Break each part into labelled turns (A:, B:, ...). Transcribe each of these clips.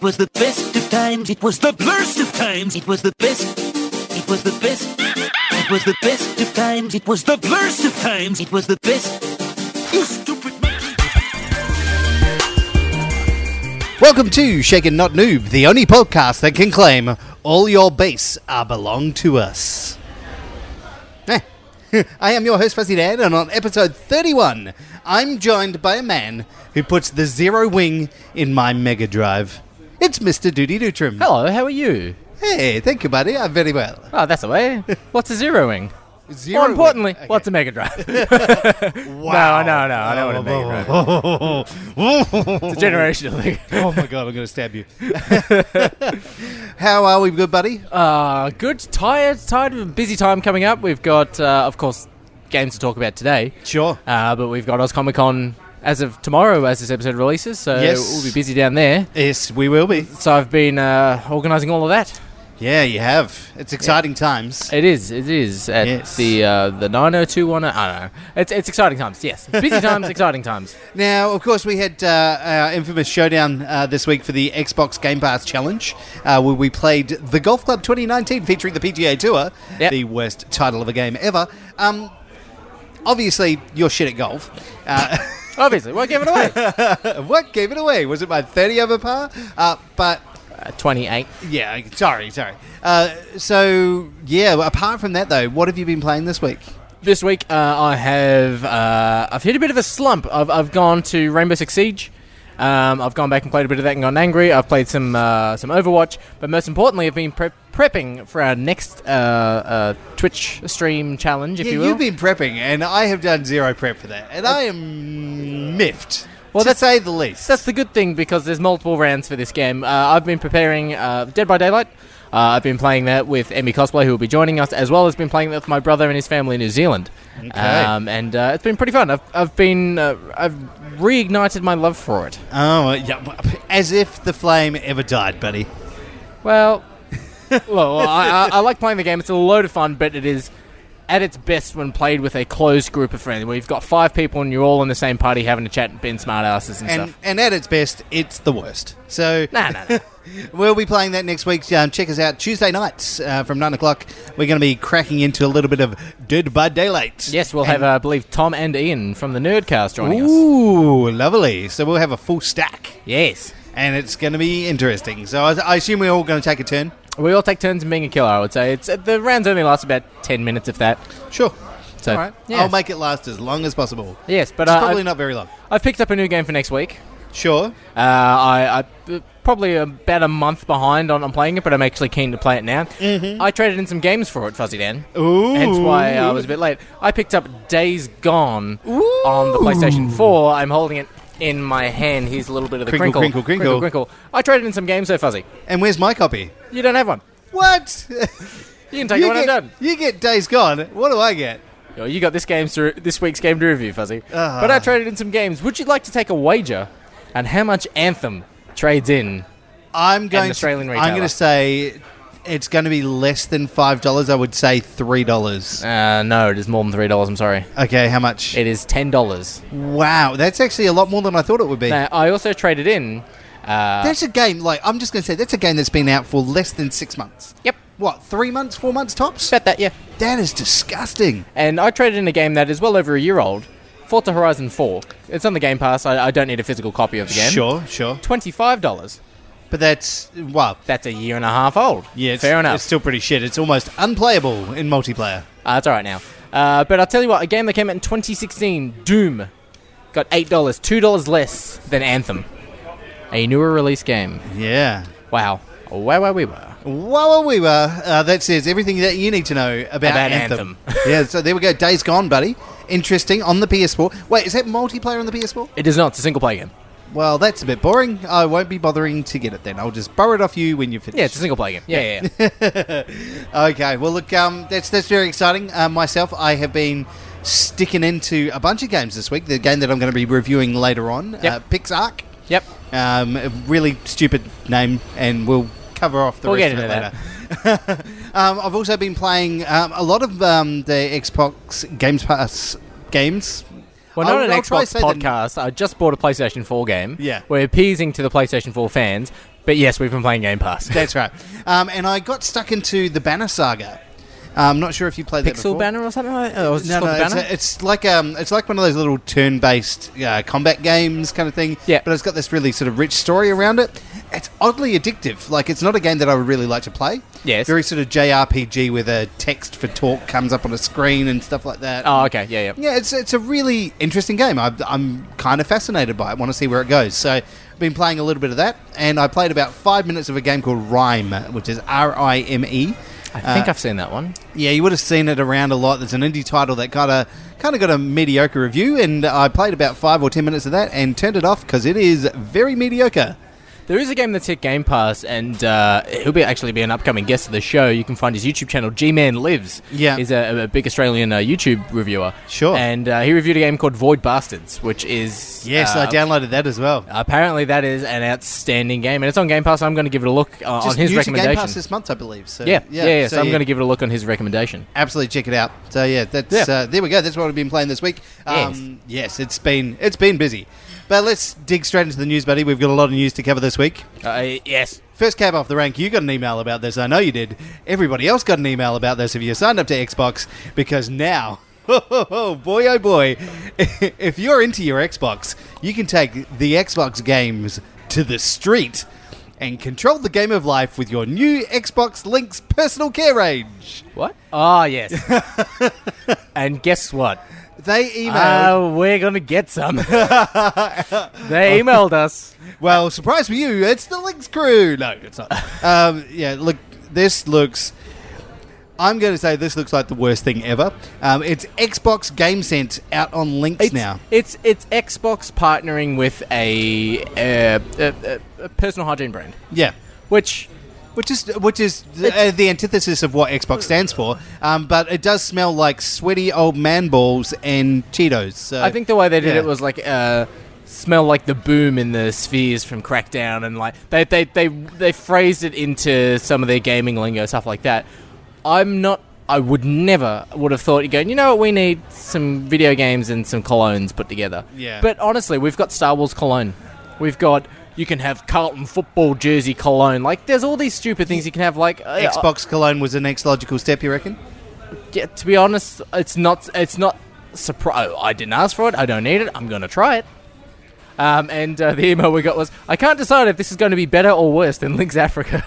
A: was the best of times. It was the blurst of times. It was the best. It was the best. It was the best of times. It was the blurst of times. It was the best. You stupid monkey.
B: Welcome to Shaken Not Noob, the only podcast that can claim all your bass are belong to us. Eh. I am your host Fuzzy Dan, and on episode 31, I'm joined by a man who puts the zero wing in my Mega Drive. It's Mr. Duty Dutrim.
C: Hello, how are you?
B: Hey, thank you, buddy. I'm very well.
C: Oh, that's a way. What's a zeroing?
B: Zero
C: More importantly,
B: wing.
C: what's a Mega Drive?
B: Wow.
C: no, no, I know what a
B: Oh,
C: Mega Drive
B: Drive
C: It's a generational thing.
B: Oh my god, I'm going to stab you. How are we, good buddy?
C: Uh, good, tired, tired of a busy time coming up. We've got, uh, of course, games to talk about today.
B: Sure.
C: Uh, but we've got Oz Comic Con as of tomorrow as this episode releases, so
B: Yes.
C: we'll be busy down there.
B: Yes, we will be.
C: So I've been uh, organising all of that.
B: Yeah, you have. It's exciting times.
C: It is, it is at
B: Yes.
C: the uh, the 90210. I don't know. It's, it's exciting times, yes. Busy times, exciting times.
B: Now, of course, we had uh, our infamous showdown uh, this week for the Xbox Game Pass Challenge, uh, where we played The Golf Club 2019 featuring the PGA Tour,
C: Yep.
B: the worst title of a game ever. Um, obviously, you're shit at golf. Uh,
C: Obviously, won't give it away.
B: what gave it away? Was it my 30 over par? Uh, but
C: Uh, 28.
B: yeah, sorry, sorry. Uh, so, yeah, apart from that, though, what have you been playing this week?
C: This week, uh, I have uh, I've hit a bit of a slump. I've, I've gone to Rainbow Six Siege. Um, I've gone back and played a bit of that and gotten angry. I've played some uh, some Overwatch, but most importantly, I've been pre- prepping for our next uh, uh, Twitch stream challenge, if
B: Yeah,
C: you will. Uh,
B: you've been prepping, and I have done zero prep for that, and I am miffed.
C: Well,
B: to
C: that's-
B: say the least.
C: That's the good thing because there's multiple rounds for this game. Uh, I've been preparing uh, Dead by Daylight. Uh, I've been playing that with Emmy Cosplay, who will be joining us, as well as been playing that with my brother and his family in New Zealand.
B: Okay.
C: Um, and uh, it's been pretty fun. I've, I've been uh, I've reignited my love for it.
B: oh, yeah, w- as if the flame ever died, buddy.
C: Well, well, I, I, I like playing the game. It's a load of fun, but it is at its best when played with a closed group of friends, where you've got five people and you're all in the same party having a chat and being smart asses and,
B: And
C: stuff.
B: and at its best, it's the worst. So
C: Nah, nah, nah.
B: we'll be playing that next week. Um, check us out Tuesday nights uh, from nine o'clock. We're going to be cracking into a little bit of Dead by Daylight.
C: Yes, we'll have, uh, I believe, Tom and Ian from the Nerdcast joining us.
B: Ooh, lovely. So we'll have a full stack,
C: Yes.
B: and it's going to be interesting. So I, I assume we're all going to take a turn.
C: We all take turns in being a killer, I would say. It's uh, The rounds only last about 10 minutes, if that.
B: Sure.
C: So,
B: All right.
C: yes.
B: I'll make it last as long as possible.
C: Yes, but
B: It's
C: uh,
B: probably
C: I've,
B: not very long.
C: I've picked up a new game for next week.
B: Sure.
C: Uh, I, I uh, probably about a month behind on, on playing it, but I'm actually keen to play it now. Mm-hmm. I traded in some games for it, Fuzzy Dan.
B: Ooh.
C: Hence why uh, I was a bit late. I picked up Days Gone on the PlayStation 4. I'm holding it in my hand. Here's a little bit of the
B: Crinkle,
C: crinkle,
B: crinkle, crinkle.
C: crinkle, crinkle. I traded in some games, though, Fuzzy.
B: And where's my copy?
C: You don't have one.
B: What?
C: You can take it
B: you,
C: when I'm
B: get,
C: done.
B: you get Days Gone. What do I get?
C: Yo, you got this game's to this week's game to review, Fuzzy.
B: Ah.
C: But I traded in some games. Would you like to take a wager on how much Anthem trades in?
B: I'm going.
C: Australian
B: to, I'm
C: retailer.
B: going to say it's going to be less than five dollars. I would say three dollars.
C: Uh, no, it is more than three dollars. I'm sorry,
B: Okay, how much?
C: it is ten dollars.
B: wow, that's actually a lot more than I thought it would be.
C: Now, I also traded in. Uh,
B: that's a game. Like I'm just going to say that's a game that's been out for less than six months.
C: yep,
B: What? Three months? Four months tops?
C: bet that yeah.
B: That is disgusting.
C: And I traded in a game that is well over a year old, Forza Horizon Four. It's on the Game Pass. I, I don't need a physical copy of the game.
B: Sure, sure.
C: twenty-five dollars.
B: But that's wow.
C: That's a year and a half old.
B: Yeah, it's,
C: fair enough.
B: It's still pretty shit. It's almost unplayable in multiplayer.
C: Uh, it's all right now. Uh, but I'll tell you what, a game that came out in 2016, Doom, got $8, $2 less than Anthem. A newer release game.
B: Yeah.
C: Wow. Wow, wow, we were.
B: Wow, we were. Uh, that says everything that you need to know about,
C: About
B: Anthem. yeah, so there we go. Days Gone, buddy. Interesting on the PS4. Wait, is that multiplayer on the PS4?
C: It is not, it's a single player game.
B: Well, that's a bit boring. I won't be bothering to get it then. I'll just borrow it off you when you're finished.
C: Yeah, it's a single player game. Yeah, yeah, yeah.
B: Okay. Well, look, um, that's that's very exciting. Uh, myself, I have been sticking into a bunch of games this week. The game that I'm going to be reviewing later on, uh,
C: Yep.
B: Pixark.
C: yep.
B: Um, a really stupid name, and we'll cover off the
C: We'll
B: rest
C: get
B: of it
C: into
B: later. um, I've also been playing um, a lot of um, the Xbox Games Pass games.
C: Well,
B: I'll-
C: not an
B: I'll try
C: Xbox
B: say the-
C: podcast. I just bought a PlayStation 4 game.
B: Yeah.
C: We're appeasing to the PlayStation 4 fans, but yes, we've been playing Game Pass.
B: That's right. Um, and I got stuck into the Banner Saga. I'm not sure if you played that before.
C: Pixel banner or something like that? Or was it
B: No,
C: just
B: no,
C: called
B: it's,
C: banner?
B: a- it's like um, it's like one of those little turn-based uh, combat games kind of thing.
C: Yeah.
B: but it's got this really sort of rich story around it. It's oddly addictive. Like, it's not a game that I would really like to play.
C: Yes.
B: very sort of JRPG where the text for talk comes up on a screen and stuff like that.
C: oh, okay. Yeah, yeah.
B: Yeah, it's it's a really interesting game. I, I'm kind of fascinated by it. Want to see where it goes. So I've been playing a little bit of that, and I played about five minutes of a game called Rime, which is R I M E.
C: I think I've seen that one.
B: Yeah, you would have seen it around a lot. There's an indie title that kind of kind of got a mediocre review, and I played about five or ten minutes of that and turned it off because it is very mediocre.
C: There is a game that's hit Game Pass, and uh, he'll be actually be an upcoming guest of the show. You can find his YouTube channel, G Man Lives.
B: Yeah.
C: he's a, a big Australian uh, YouTube reviewer.
B: Sure.
C: and uh, he reviewed a game called Void Bastards, which is
B: Yes, I
C: uh,
B: downloaded that as well.
C: Apparently, that is an outstanding game, and it's on Game Pass. I'm going to give it a look uh, on
B: Just
C: his
B: new to Game
C: recommendation.
B: Pass this month, I believe. So,
C: yeah, yeah, yeah. So, I'm
B: yeah.
C: going to give it a look on his recommendation.
B: absolutely check it out. So yeah, that's
C: Yeah.
B: Uh, there we go. That's what I've been playing this week. Um, yes. it's been it's been busy, but let's dig straight into the news, buddy. We've got a lot of news to cover this week.
C: Uh, yes.
B: First cab off the rank, you got an email about this. I know you did. Everybody else got an email about this if you signed up to Xbox because now, oh boy, oh boy, if you're into your Xbox, you can take the Xbox games to the street and control the game of life with your new Xbox Link's personal care range.
C: What?
B: Ah,
C: Oh, yes. and guess what?
B: They emailed.
C: Uh, we're going to get some. they emailed us.
B: Well, surprise for you, it's the Lynx crew. No, it's not. um, yeah, look, this looks. I'm going to say this looks like the worst thing ever. Um, it's Xbox Game Sense out on Links now.
C: It's it's Xbox partnering with a, uh, a, a, a personal hygiene brand,
B: Yeah.
C: which
B: Which is which is the, uh, the antithesis of what Xbox stands for, um, but it does smell like sweaty old man balls and Cheetos. So
C: I think the way they did
B: yeah.
C: it was like uh, smell like the boom in the spheres from Crackdown, and like they they they they phrased it into some of their gaming lingo stuff like that. I'm not. I would never would have thought you go. You know what? We need some video games and some colognes put together.
B: Yeah.
C: But honestly, we've got Star Wars cologne. We've got. You can have Carlton football jersey cologne. Like, there's all these stupid things you can have. Like uh,
B: Xbox Cologne was the next logical step. You reckon?
C: yeah, to be honest, it's not. It's not. Surpri- oh, I didn't ask for it. I don't need it. I'm gonna try it. Um, and uh, the email we got was, I can't decide if this is going to be better or worse than Link's Africa.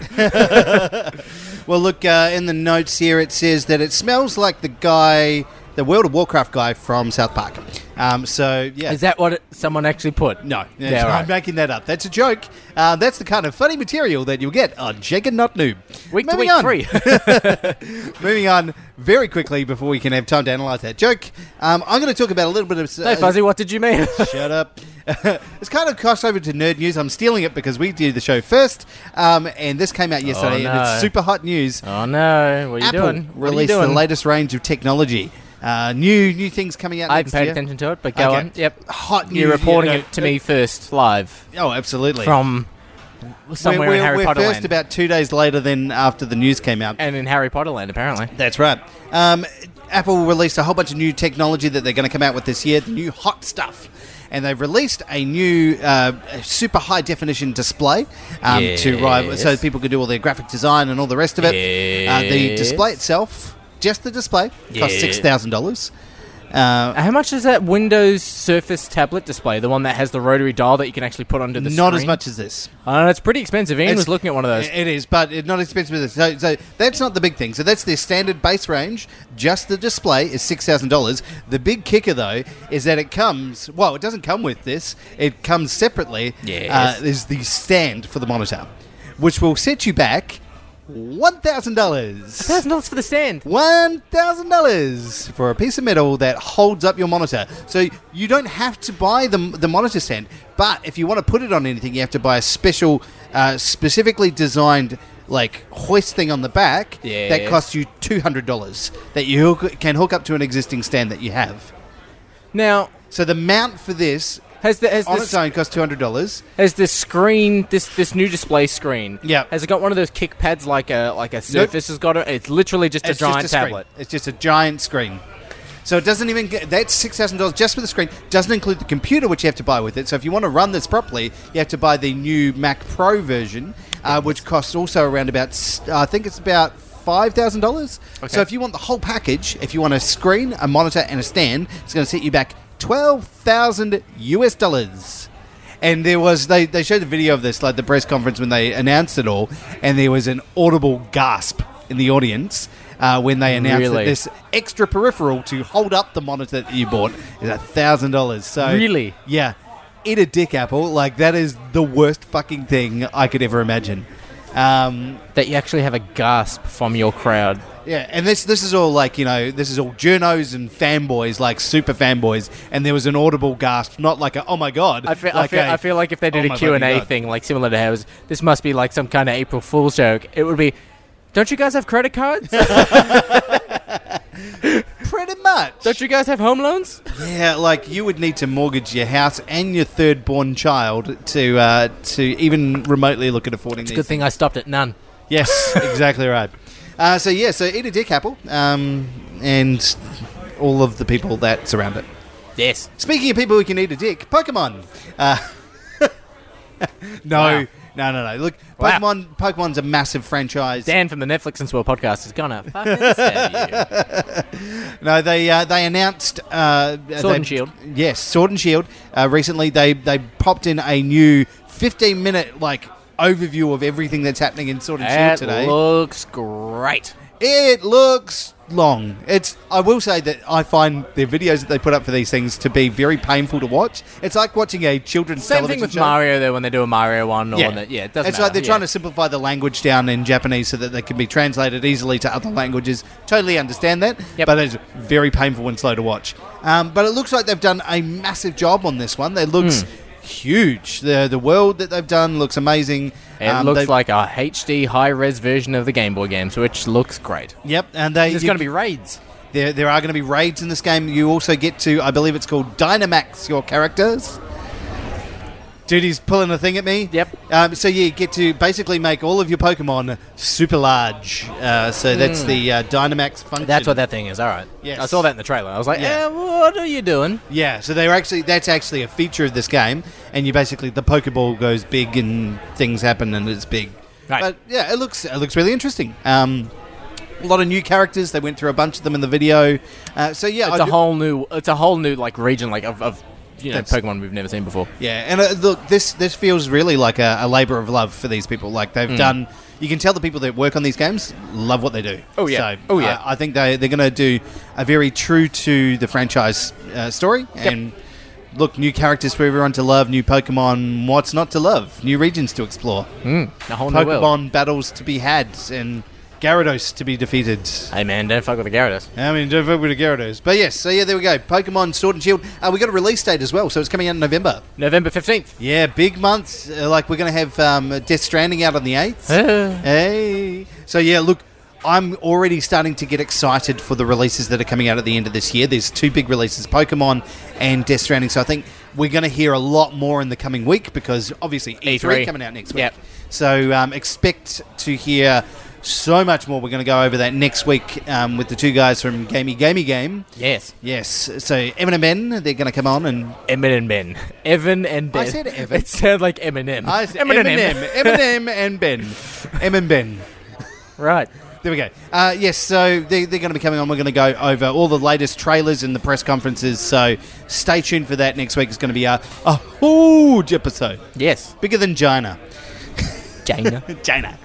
B: Well, look uh, in the notes here. It says that it smells like the guy, the World of Warcraft guy from South Park. Um, so yeah,
C: is that what it, someone actually put?
B: no,
C: Yeah,
B: that's- I'm
C: right.
B: making that up. That's a joke. Uh, that's the kind of funny material that you'll get on Jacob Not Noob.
C: Week to
B: Moving
C: week
B: on.
C: three.
B: Moving on very quickly before we can have time to analyze that joke. Um, I'm going to talk about a little bit of.
C: hey, Fuzzy, what did you mean?
B: Shut up. it's kind of crossed over to nerd news. I'm stealing it because we do the show first, um, and this came out yesterday, and
C: Oh, no.
B: it's super hot news.
C: oh no, what are you
B: Apple
C: doing? What are you
B: released the
C: doing?
B: latest range of technology. Uh, new new things coming out.
C: I
B: next
C: haven't paid
B: year.
C: attention to it, but go
B: Okay.
C: on. Yep.
B: Hot news.
C: You're reporting
B: yeah,
C: it to me first, live
B: Oh, absolutely.
C: from somewhere
B: we're,
C: in Harry
B: we're
C: Potter
B: first
C: land,
B: about two days later than after the news came out.
C: and in Harry Potter land, apparently.
B: That's right. Um, Apple released a whole bunch of new technology that they're going to come out with this year, the new hot stuff. And they've released a new uh, super high definition display um, to rival, so
C: Yes.
B: people can do all their graphic design and all the rest of it. Uh, the
C: Yes.
B: display itself, just the display, costs
C: Yeah.
B: six thousand dollars. Uh,
C: How much is that Windows Surface tablet display? The one that has the rotary dial that you can actually put onto the
B: not
C: screen?
B: as much as this.
C: Uh, it's pretty expensive. Ian
B: It's-
C: was looking at one of those.
B: It is, but it's not expensive. as this. So, so that's not the big thing. So that's their standard base range. Just the display is six thousand dollars. The big kicker though is that it comes. Well, it doesn't come with this. It comes separately.
C: Yes.
B: Uh, is the stand for the monitor, which will set you back one thousand dollars.
C: Thousand dollars for the stand.
B: One thousand dollars for a piece of metal that holds up your monitor. So you don't have to buy the the monitor stand, but if you want to put it on anything, you have to buy a special, uh, specifically designed like hoist thing on the back that
C: Yes.
B: costs you two hundred dollars that you hook, can hook up to an existing stand that you have.
C: Now,
B: So the mount for this
C: has the has
B: on
C: this
B: its own costs two hundred dollars.
C: has this screen this this new display screen?
B: Yeah.
C: Has it got one of those kick pads like a like a Surface has got it? It's literally just a giant
B: just a
C: tablet.
B: Screen. It's just a giant screen. So it doesn't even get, that's six thousand dollars just for the screen. Doesn't include the computer which you have to buy with it. So if you want to run this properly, you have to buy the new Mac Pro version, uh, which costs also around about s- I think it's about five thousand dollars. So if you want the whole package, if you want a screen, a monitor, and a stand, it's going to set you back twelve thousand US dollars. And there was they, they showed the video of this, like the press conference when they announced it all, and there was an audible gasp in the audience uh, when they announced
C: Really?
B: that this extra peripheral to hold up the monitor that you bought is a thousand dollars. So
C: Really?
B: yeah, eat a dick apple. Like that is the worst fucking thing I could ever imagine. Um,
C: That you actually have a gasp from your crowd.
B: yeah, and this this is all like you know this is all journos and fanboys like super fanboys, and there was an audible gasp, not like a oh my god.
C: I feel,
B: like
C: I, feel,
B: a,
C: I feel like if they
B: "Oh
C: did a
B: my
C: Q and
B: fucking
C: A
B: God."
C: thing like similar to ours, this must be like some kind of April Fool's joke. It would be, don't you guys have credit cards?
B: pretty much.
C: don't you guys have home loans?
B: Yeah, like you would need to mortgage your house and your third born child to uh, to even remotely look at affording
C: It's a
B: these
C: good thing I stopped at none.
B: Yes, exactly right. Uh, so yeah, so eat a dick apple, um, and all of the people that surround it.
C: Yes.
B: Speaking of people who can eat a dick, Pokemon. Uh, no,
C: Wow.
B: no, no, no. Look,
C: Wow.
B: Pokemon. Pokemon's a massive franchise.
C: Dan from the Netflix and Swell podcast is gonna fucking stab you.
B: No, they uh, they announced uh, Sword
C: and Shield.
B: Yes, Sword and Shield. Uh, recently, they they popped in a new fifteen minute like overview of everything that's happening in Sword and
C: That
B: Shield today.
C: looks great.
B: It looks long. It's. I will say that I find the videos that they put up for these things to be very painful to watch. It's like watching a children's
C: Same
B: television
C: thing with
B: show.
C: Mario though when they do a Mario one or
B: Yeah,
C: one that, yeah, it doesn't.
B: It's like they're
C: matter,
B: trying
C: yeah.
B: to simplify the language down in Japanese so that they can be translated easily to other languages. Totally understand that,
C: Yep.
B: but it's very painful and slow to watch. Um, but it looks like they've done a massive job on this one. It looks
C: Hmm.
B: huge. the The world that they've done looks amazing.
C: It
B: Um,
C: looks
B: they've-
C: like a HD high res version of the Game Boy games, which looks great.
B: yep, and they
C: There's
B: you-
C: going to be raids.
B: There, there are going to be raids in this game. You also get to, I believe it's called Dynamax your characters. Dude, he's pulling a thing at me.
C: Yep.
B: Um, so yeah, you get to basically make all of your Pokemon super large. Uh, so that's the uh, Dynamax function.
C: Hmm. That's what that thing is. All right.
B: Yes.
C: I saw that in the trailer. I was like,
B: Yeah.
C: eh, what are you doing?
B: Yeah. So they're actually that's actually a feature of this game, and you basically the Pokeball goes big and things happen and it's big.
C: Right.
B: But yeah, it looks it looks really interesting. Um, a lot of new characters. They went through a bunch of them in the video. Uh, so yeah,
C: It's
B: I
C: a
B: do-
C: whole new. It's a whole new like region like of, of you know
B: That's-
C: Pokemon we've never seen before.
B: Yeah, and uh, look, this this feels really like a, a labor of love for these people. Like
C: Hmm.
B: they've done, you can tell the people that work on these games love what they do.
C: Oh, yeah.
B: so,
C: Oh, yeah.
B: I, I think they they're going to do a very true to the franchise uh, story and look new characters for everyone to love, new Pokemon, what's not to love, new regions to explore,
C: A whole new world.
B: Pokemon battles to be had, and Gyarados to be defeated.
C: Hey man, don't fuck with the Gyarados.
B: I mean, don't fuck with the Gyarados. But yes, so yeah, there we go. Pokemon Sword and Shield. Uh, we got a release date as well, so it's coming out in November.
C: November fifteenth.
B: Yeah, big months. Uh, like we're going to have um, Death Stranding out on the eighth.
C: Eh.
B: hey. So yeah, look, I'm already starting to get excited for the releases that are coming out at the end of this year. There's two big releases, Pokemon and Death Stranding. So I think we're going to hear a lot more in the coming week because obviously E3,
C: E3.
B: coming out next week.
C: Yep.
B: So um, expect to hear so much more. We're going to go over that next week um, with the two guys from Gamey Gamey Game.
C: Yes.
B: Yes. So Evan and Ben, they're going to come on and
C: Emin and Ben. Evan and Ben.
B: I said Evan.
C: It sounded like Eminem.
B: I said
C: Emin and
B: Eminem,
C: Em.
B: Eminem, and Ben, M and Ben.
C: Right.
B: There we go. Uh, yes, so they, they're going to be coming on. We're going to go over all the latest trailers and the press conferences. So stay tuned for that. Next week is going to be a, a huge episode,
C: Yes.
B: bigger than China.
C: Jaina.
B: China.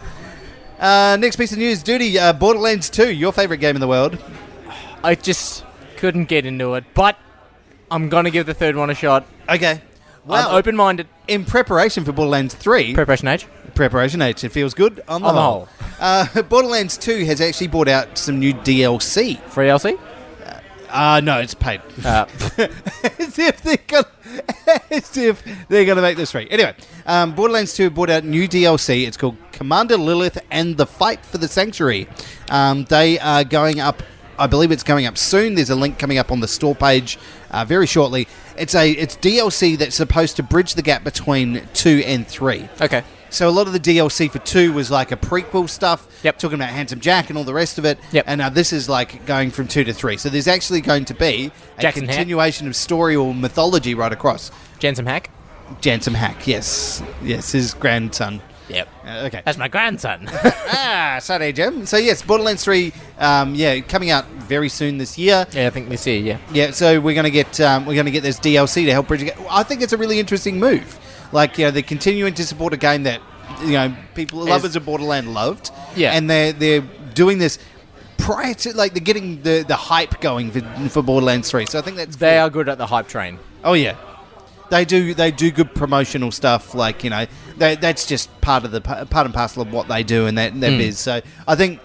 B: Uh, next piece of news, Duty. Uh, Borderlands Two, your favorite game in the world.
C: I just couldn't get into it, but I'm gonna give the third one a shot.
B: Okay. Wow.
C: I'm open-minded.
B: in preparation for Borderlands Three,
C: Preparation age.
B: preparation age. It feels good on the
C: On the
B: whole. Uh, Borderlands Two has actually brought out some new DLC.
C: Free LC.
B: Uh, no, it's paid.
C: Uh,
B: as if they're gonna, as if they're gonna make this free. Anyway, um, Borderlands 2 brought out new DLC. It's called Commander Lilith and the Fight for the Sanctuary. Um, they are going up. I believe it's going up soon. There's a link coming up on the store page uh, very shortly. It's a it's DLC that's supposed to bridge the gap between two and three.
C: okay.
B: So a lot of the DLC for two was like a prequel stuff,
C: Yep.
B: talking about Handsome Jack and all the rest of it.
C: Yep.
B: And now this is like going from two to three. So there's actually going to be a
C: Jackson Hack.
B: continuation of story or mythology right across.
C: Jansom Hack.
B: Jansom Hack, yes, yes, his grandson.
C: Yep.
B: Uh, okay.
C: That's my grandson.
B: ah, sorry, Jim. So yes, Borderlands Three, um, yeah, coming out very soon this year.
C: yeah, I think this year. Yeah.
B: Yeah, so we're gonna get um, we're gonna get this DLC to help bridge. it. I think it's a really interesting move. Like you know, they're continuing to support a game that you know people lovers of Borderland loved.
C: Yeah.
B: and they're they're doing this prior to like they're getting the the hype going for, for Borderlands Three. So I think that's
C: They are good at the hype train.
B: Oh yeah, they do. They do good promotional stuff. Like you know, they, that's just part of the part and parcel of what they do and that that biz. So I think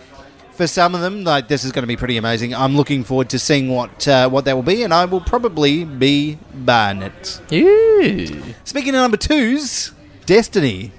B: for some of them, like this is going to be pretty amazing. I'm looking forward to seeing what uh, what that will be, and I will probably be buying it.
C: Ew.
B: Speaking of number twos, Destiny.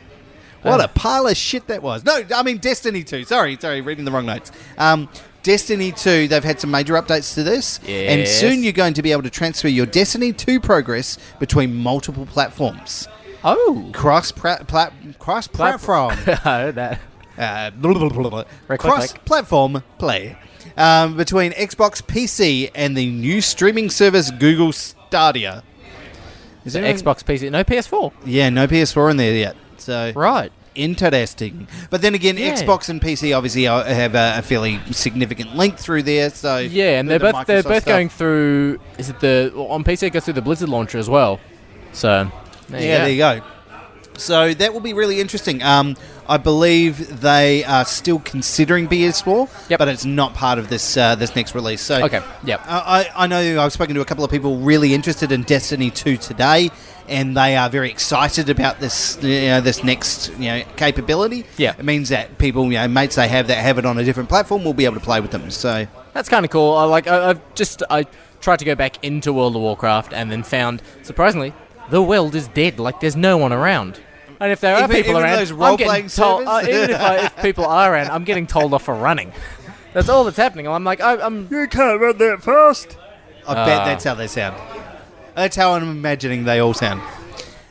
C: Uh.
B: What a pile of shit that was. No, I mean Destiny 2. Sorry, sorry, reading the wrong notes. Um, Destiny 2, they've had some major updates to this. And
C: Yes.
B: soon you're going to be able to transfer your Destiny 2 progress between multiple platforms.
C: Oh.
B: Cross pra- pla- cross platform.
C: oh, that.
B: uh, blah, blah, blah, blah, blah.
C: Right click.
B: cross platform play. Um, between Xbox PC and the new streaming service Google Stadia. Is there any-
C: Xbox PC. No PS4.
B: yeah, no PS4 in there yet. So
C: Right.
B: interesting. But then again,
C: Yeah.
B: Xbox and PC obviously are- have a, a fairly significant link through there. So
C: Yeah, and
B: the-
C: they're
B: the
C: both they're
B: Microsoft
C: both
B: stuff.
C: going through. Is it the well, on PC? It goes through the Blizzard launcher as well. So there
B: yeah, there you go. So that will be really interesting. Um, I believe they are still considering BS4,
C: Yep.
B: but it's not part of this uh, this next release. So uh,
C: Okay, yep.
B: I, I I know I've spoken to a couple of people really interested in Destiny 2 today, and they are very excited about this you know, this next you know capability.
C: Yeah.
B: it means that people you know mates they have that have it on a different platform will be able to play with them. So
C: That's kind of cool. I like. I, I've just I tried to go back into World of Warcraft and then found surprisingly the world is dead. Like there's no one around. And if there are
B: Even-
C: people
B: even
C: around,
B: those
C: I'm
B: role-playing
C: getting told. Uh,
B: servers?
C: even if, I, if people are around, I'm getting told off for running. That's all that's happening. And I'm like, I, I'm.
D: You can't run that fast.
B: I
C: Ah.
B: bet that's how they sound. That's how I'm imagining they all sound.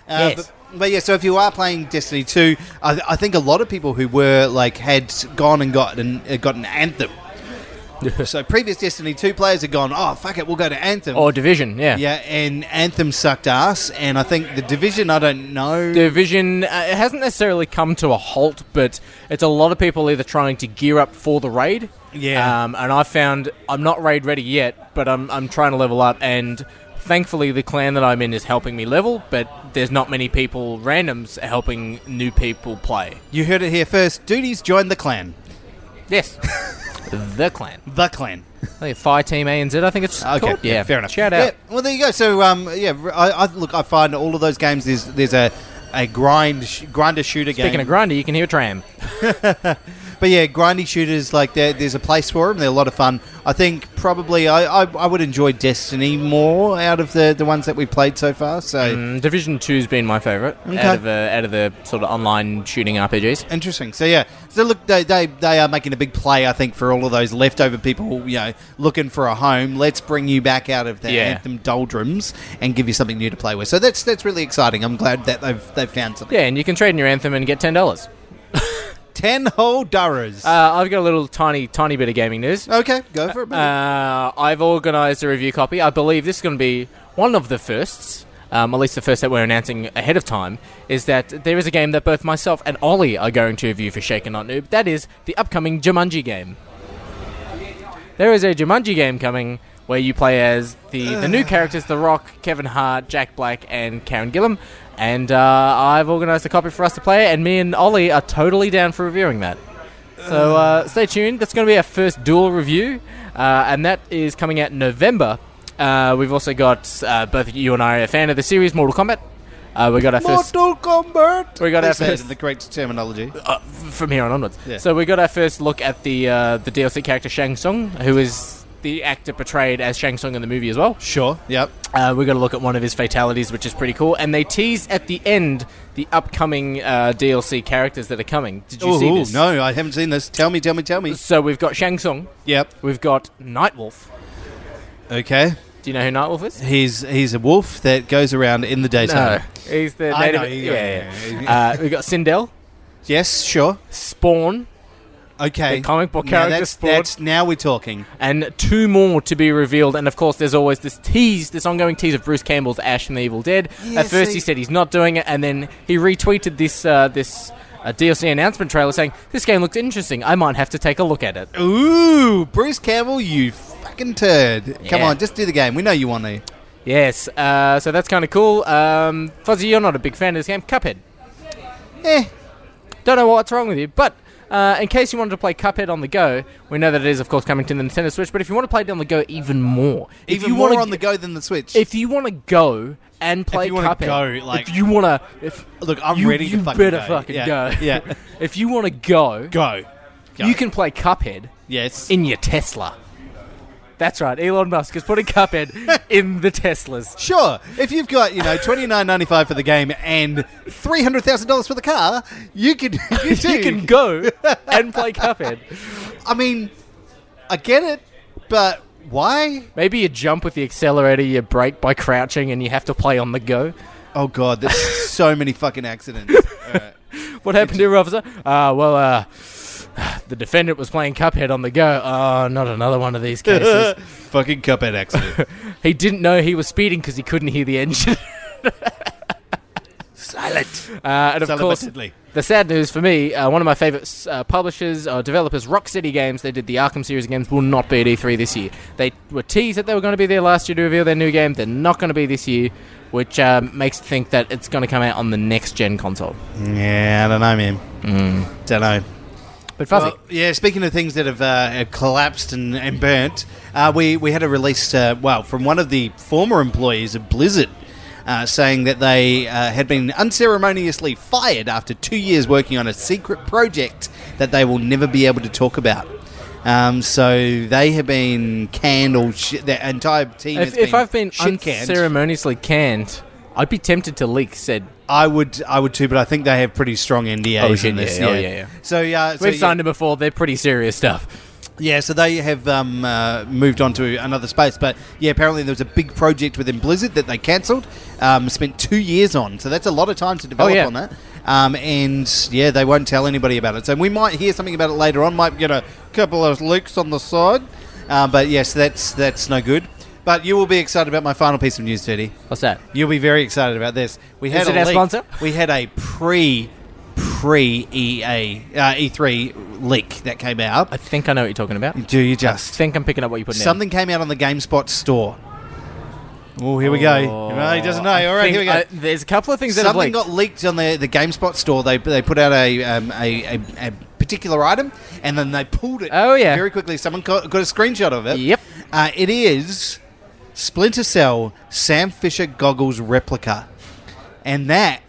B: Uh,
C: Yes.
B: But, but yeah, so if you are playing Destiny 2, I, I think a lot of people who were like had gone and gotten uh, gotten Anthem. so previous Destiny 2 players had gone, oh fuck it, we'll go to Anthem.
C: Or division, Oh, yeah.
B: yeah, and Anthem sucked ass, and I think the Division, I don't know.
C: Division uh, it hasn't necessarily come to a halt, but it's a lot of people either trying to gear up for the raid.
B: Yeah.
C: Um, and I found I'm not raid ready yet, but I'm I'm trying to level up, and thankfully the clan that I'm in is helping me level. But there's not many people, randoms, helping new people play.
B: You heard it here first. Duties joined the clan.
C: Yes. the clan,
B: The clan.
C: I think Fire Team A and Z. I think it's
B: Okay,
C: called. Yeah,
B: fair enough.
C: Shout out.
B: Yeah, well, there you go. So, um, yeah, r- I, I- look, I find all of those games there's there's a a grind sh- grinder shooter
C: Speaking
B: game.
C: of grinder, you can hear a tram.
B: but yeah, grindy shooters like there, there's a place for them. They're a lot of fun. I think probably I, I, I would enjoy Destiny more out of the the ones that we played so far. So
C: Mm, Division Two's been my favorite
B: Okay.
C: out of uh, out of the sort of online shooting RPGs.
B: Interesting. So yeah, so look, they, they they are making a big play, I think, for all of those leftover people, you know, looking for a home. Let's bring you back out of the
C: Yeah.
B: anthem doldrums and give you something new to play with. So that's that's really exciting. I'm glad that they've they've found something.
C: Yeah, and you can trade in your anthem and get ten dollars.
B: Ten whole dollars.
C: Uh, I've got a little tiny, tiny bit of gaming news.
B: okay, go for it. buddy.
C: Uh, I've organised a review copy. I believe this is going to be one of the firsts, um, at least the first that we're announcing ahead of time, is that there is a game that both myself and Ollie are going to review for Shaken Not Noob. That is the upcoming Jumanji game. There is a Jumanji game coming where you play as the, the new characters The Rock, Kevin Hart, Jack Black, and Karen Gillam. And uh, I've organised a copy for us to play, and me and Ollie are totally down for reviewing that. So uh, stay tuned. That's going to be our first dual review, uh, and that is coming out in November. Uh, we've also got uh, both you and I are a fan of the series Mortal Kombat. Uh, we got our first
B: Mortal Kombat.
C: We got
B: Please
C: our
B: say it
C: first-
B: in the correct terminology.
C: uh, f- from here on onwards.
B: Yeah.
C: So we got our first look at the uh, the DLC character Shang Tsung, who is the actor portrayed as Shang Tsung in the movie as well.
B: Sure. Yep.
C: Uh, we got to look at one of his fatalities, which is pretty cool. And they teased at the end the upcoming uh, DLC characters that are coming. Did you see
B: Ooh,
C: this?
B: no, I haven't seen this. Tell me, tell me, tell me.
C: So we've got Shang Tsung.
B: Yep.
C: We've got Nightwolf.
B: Okay.
C: Do you know who Nightwolf is?
B: He's he's a wolf that goes around in the daytime.
C: he's the
B: I
C: native.
B: know, you-
C: yeah, yeah.
B: yeah, yeah.
C: Uh, we got Sindel.
B: Yes, sure.
C: Spawn,
B: Okay.
C: The comic book
B: Now
C: character
B: that's,
C: Spawn.
B: that's now we're talking.
C: and two more to be revealed. And of course, there's always this tease, this ongoing tease of Bruce Campbell's Ash from the Evil Dead.
B: Yeah,
C: At first,
B: see-
C: he said he's not doing it, and then he retweeted this uh, this uh, DLC announcement trailer saying, "This game looks interesting. I might have to take a look at it."
B: Ooh, Bruce Campbell, you fucking turd! Come
C: Yeah.
B: on, just do the game. We know you want to.
C: Yes, uh, so that's kind of cool. Um, Fuzzy, you're not a big fan of this game, Cuphead.
B: Eh,
C: Don't know what's wrong with you, but uh, in case you wanted to play Cuphead on the go, we know that it is, of course, coming to the Nintendo Switch. But if you want to play it on the go even more,
B: if you
C: wanna
B: more on
C: g-
B: the go than the Switch.
C: if you want to go and play
B: you wanna
C: Cuphead,
B: go, like-
C: if you want to, if
B: Look, I'm
C: you,
B: ready
C: you
B: to fucking
C: better
B: go.
C: fucking
B: yeah.
C: go.
B: Yeah,
C: if you want to go,
B: go. Go.
C: you can play Cuphead
B: Yes.
C: in your Tesla. That's right. Elon Musk is putting Cuphead in the Teslas.
B: Sure. If you've got you know twenty nine ninety five for the game and three hundred thousand dollars for the car, you could you, too.
C: You can go and play Cuphead.
B: I mean, I get it, but why?
C: Maybe you jump with the accelerator, you brake by crouching, and you have to play on the go.
B: Oh god, there's so many fucking accidents. All right.
C: What happened here, officer? Uh, well, uh, the defendant was playing Cuphead on the go. Oh, not another one of these cases.
B: fucking cuphead accident.
C: he didn't know he was speeding because he couldn't hear the engine.
B: Silent.
C: Uh, and of course,
B: Celebatedly.
C: the sad news for me, uh, one of my favorite uh, publishers or developers, Rocksteady Games, they did the Arkham series of games, will not be at E3 this year. They were teased that they were going to be there last year to reveal their new game. They're not going to be this year, which um, makes think that it's going to come out on the next gen console.
B: Yeah, I don't know, man.
C: Mm.
B: Don't know.
C: But Fuzzy,
B: Well, yeah, speaking of things that have, uh, have collapsed and, and burnt, uh, we, we had a release, uh, well, from one of the former employees of Blizzard uh, saying that they uh, had been unceremoniously fired after two years working on a secret project that they will never be able to talk about. Um, so they have been canned, or sh- their entire team has
C: if, if
B: been
C: I've been
B: shit canned.
C: unceremoniously canned, I'd be tempted to leak said,
B: I would, I would too, but I think they have pretty strong NDAs
C: Oh, shit,
B: in this.
C: yeah, oh, yeah, yeah.
B: So, uh, so
C: we've
B: yeah.
C: signed them before, they're pretty serious stuff.
B: Yeah, so they have um, uh, moved on to another space, but yeah, apparently there was a big project within Blizzard that they cancelled. Um, spent two years on, so that's a lot of time to develop
C: Oh, yeah.
B: on that. Um, and yeah, they won't tell anybody about it. So we might hear something about it later on. Might get a couple of leaks on the side, uh, but yes, that's that's no good. But you will be excited about my final piece of news, Teddy.
C: What's that?
B: You'll be very excited about this. We had
C: Is it
B: a
C: our
B: leak-
C: sponsor?
B: We had a pre pre EA uh, E3 leak that came out.
C: I think I know what you're talking about. I
B: Do you just?
C: think I'm picking up what you put down.
B: Something came out on the GameSpot store. Oh, here we go. No, he doesn't know. All right,
C: think-
B: here we go.
C: uh, there's a couple of things that
B: Something
C: have leaked.
B: got leaked on the, the GameSpot store. They they put out a, um, a, a a particular item, and then they pulled it.
C: Oh, yeah.
B: very quickly. Someone got, got a screenshot of it.
C: Yep.
B: Uh, it is Splinter Cell Sam Fisher goggles replica, and that